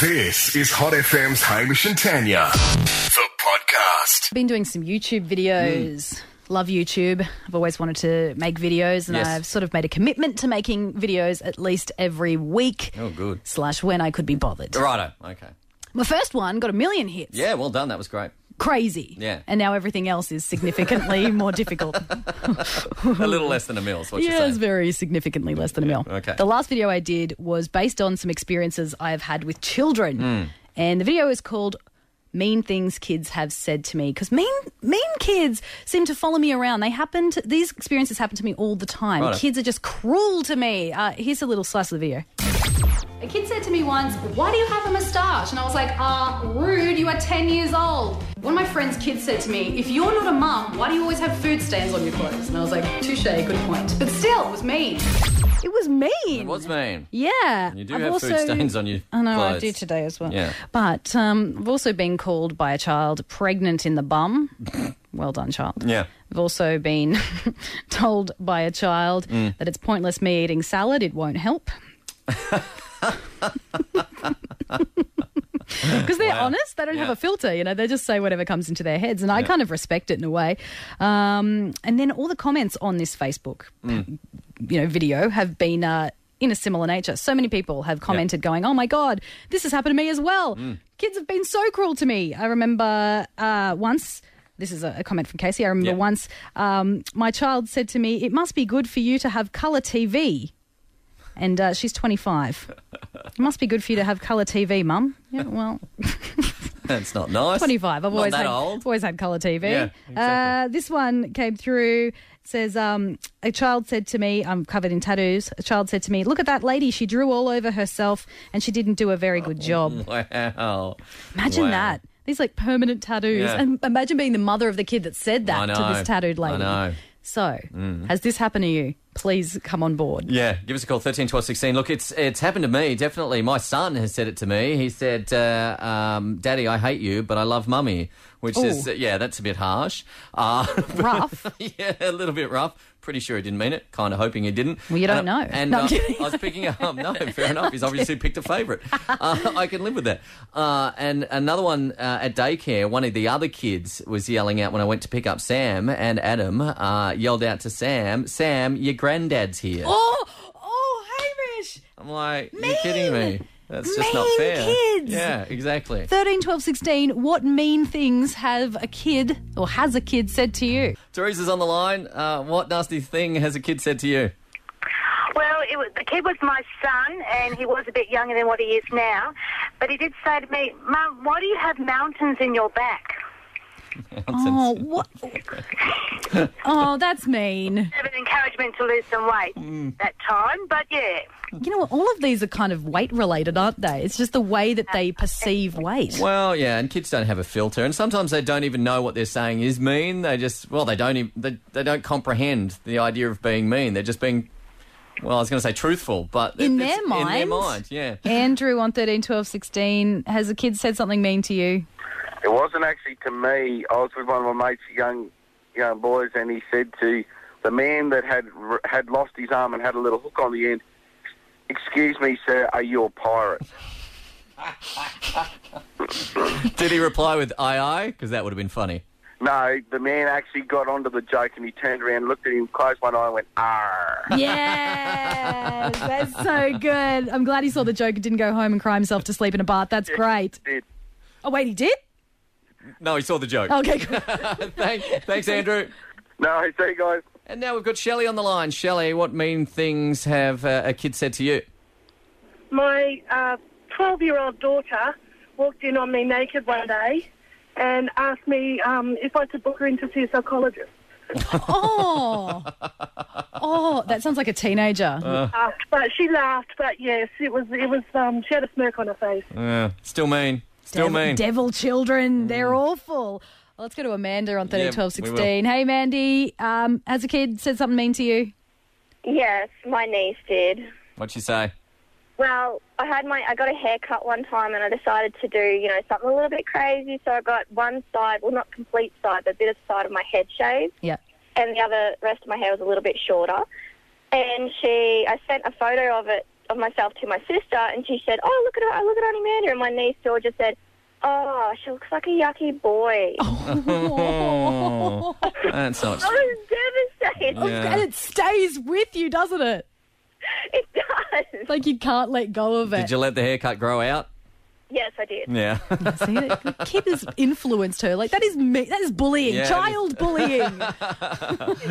This is Hot FM's Hamish and Tanya, the podcast. I've been doing some YouTube videos. Love YouTube. I've always wanted to make videos, and Yes. I've sort of made a commitment to making videos at least every week. Oh, good. Slash when I could be bothered. Righto. Okay. My first one got a million hits. Yeah, well done. That was great. Crazy. Yeah. And now everything else is significantly more difficult. A little less than a mil is what Yeah, you're it's saying. very significantly less than a mil. okay. The last video I did was based on some experiences I have had with children, Hmm. and the video is called "Mean Things Kids Have Said to Me" because mean mean kids seem to follow me around. They happen. To, these experiences happen to me all the time. Righto. Kids are just cruel to me. Uh, here's a little slice of the video. A kid said to me once, Why do you have a moustache? And I was like, Ah, rude, you are 10 years old. One of my friend's kids said to me, If you're not a mum, why do you always have food stains on your clothes? And I was like, Touche, good point. But still, it was mean. It was mean. It was mean. Yeah. You do have food stains on your I know, I clothes. do today as well. Yeah. But um, I've also been called by a child pregnant in the bum. well done, child. Yeah. I've also been told by a child Mm. that it's pointless me eating salad, it won't help. Because they're Wow. honest, they don't have Yeah. a filter, you know, they just say whatever comes into their heads, and I kind of respect it in a way. Um, and then all the comments on this Facebook, you know, video have been. Uh, in a similar nature, so many people have commented, going, "Oh my god, this has happened to me as well. Kids have been so cruel to me." I remember uh, once. This is a a comment from Casey. I remember Yeah. once um, my child said to me, "It must be good for you to have color TV," and uh, she's twenty-five. it must be good for you to have color TV, Mum. Yeah, well, That's not nice. 25. I've Not always that had, old. always had colour TV. Yeah, uh, exactly. this one came through. It says, um, a child said to me, I'm covered in tattoos. A child said to me, look at that lady. She drew all over herself and she didn't do a very good job. Wow. Imagine Wow. that. These like permanent tattoos. Yeah. And imagine being the mother of the kid that said that I to know. this tattooed I lady. know. Mm. So, has this happened to you? Please come on board. Yeah, give us a call, 13 12 16. Look, it's, it's happened to me, definitely. My son has said it to me. He said, uh, um, Daddy, I hate you, but I love mummy, which is, Ooh. yeah, that's a bit harsh. Uh, Rough. yeah, a little bit rough. Pretty sure he didn't mean it. Kind of hoping he didn't. Well, you don't And, know. And No, uh, I'm kidding. I was picking up. No, fair enough. He's obviously picked a favourite. Uh, I can live with that. Uh, and another one uh, at daycare. One of the other kids was yelling out when I went to pick up Sam and Adam. Uh, yelled out to Sam, "Sam, your granddad's here." Oh, oh, Hamish. I'm like, you're kidding Mean. me. That's just not Mean fair. kids. Yeah, exactly. 13, 12, 16, what mean things have a kid or has a kid said to you? Teresa's on the line. Uh, what nasty thing has a kid said to you? Well, it was, the kid was my son, and he was a bit younger than what he is now. But he did say to me, Mum, why do you have mountains in your back? Oh, what? oh, that's mean. Bit of an encouragement to lose some weight that time, but yeah. You know what? All of these are kind of weight related, aren't they? It's just the way that they perceive weight. Well, yeah, and kids don't have a filter, and sometimes they don't even know what they're saying is mean. They just, well, they don't even they, they don't comprehend the idea of being mean. They're just being, well, I was going to say truthful, but In it's- their in their minds. mind, yeah. Andrew on 13, 12, 16, has a kid said something mean to you? It wasn't actually to me. I was with one of my mates, young young boys, and he said to the man that had r- had lost his arm and had a little hook on the end, "Excuse me, sir, are you a pirate?" Did he reply with "aye aye"? Because that would have been funny. No, the man actually got onto the joke and he turned around, looked at him, closed one eye, and went, "Arr." Yes, that's so good. I'm glad he saw the joke and didn't go home and cry himself to sleep in a bath. That's great. Did. Oh, wait, he did? No, he saw the joke. Okay, cool. Thank, thanks, Andrew. No, see, guys. And now we've got Shelley on the line. Shelley, what mean things have uh, a kid said to you? my uh, 12-year-old daughter walked in on me naked one day and asked me um, if I could book her in to see a psychologist. Oh. Oh, that sounds like a teenager. Uh, but she laughed. But yes, it was it was. Um, she had a smirk on her face. Uh, still mean. Still devil, mean. devil children. They're awful. Well, let's go to Amanda on 13, Mm. Yeah, 12, we will. 16. Hey, Mandy. Um, has a kid said something mean to you? Yes, my niece did. What'd she say? Well, I had my I got a haircut one time and I decided to do, you know, something a little bit crazy, so I got one side, well not complete side, but a bit of side of my head shaved Yeah. and the other rest of my hair was a little bit shorter. And she I sent a photo of it of myself to my sister, and she said, "Oh, look at her! Look at Auntie Amanda." And my niece Georgia said, "Oh, she looks like a yucky boy." Oh, that's not. I was devastated. And Yeah. it stays with you, doesn't it? It does. Like you can't let go of it. Did you let the haircut grow out? Yes, I did. Yeah. See, the kid has influenced her. Like that is me. That is bullying. Yeah, it is. Child bullying.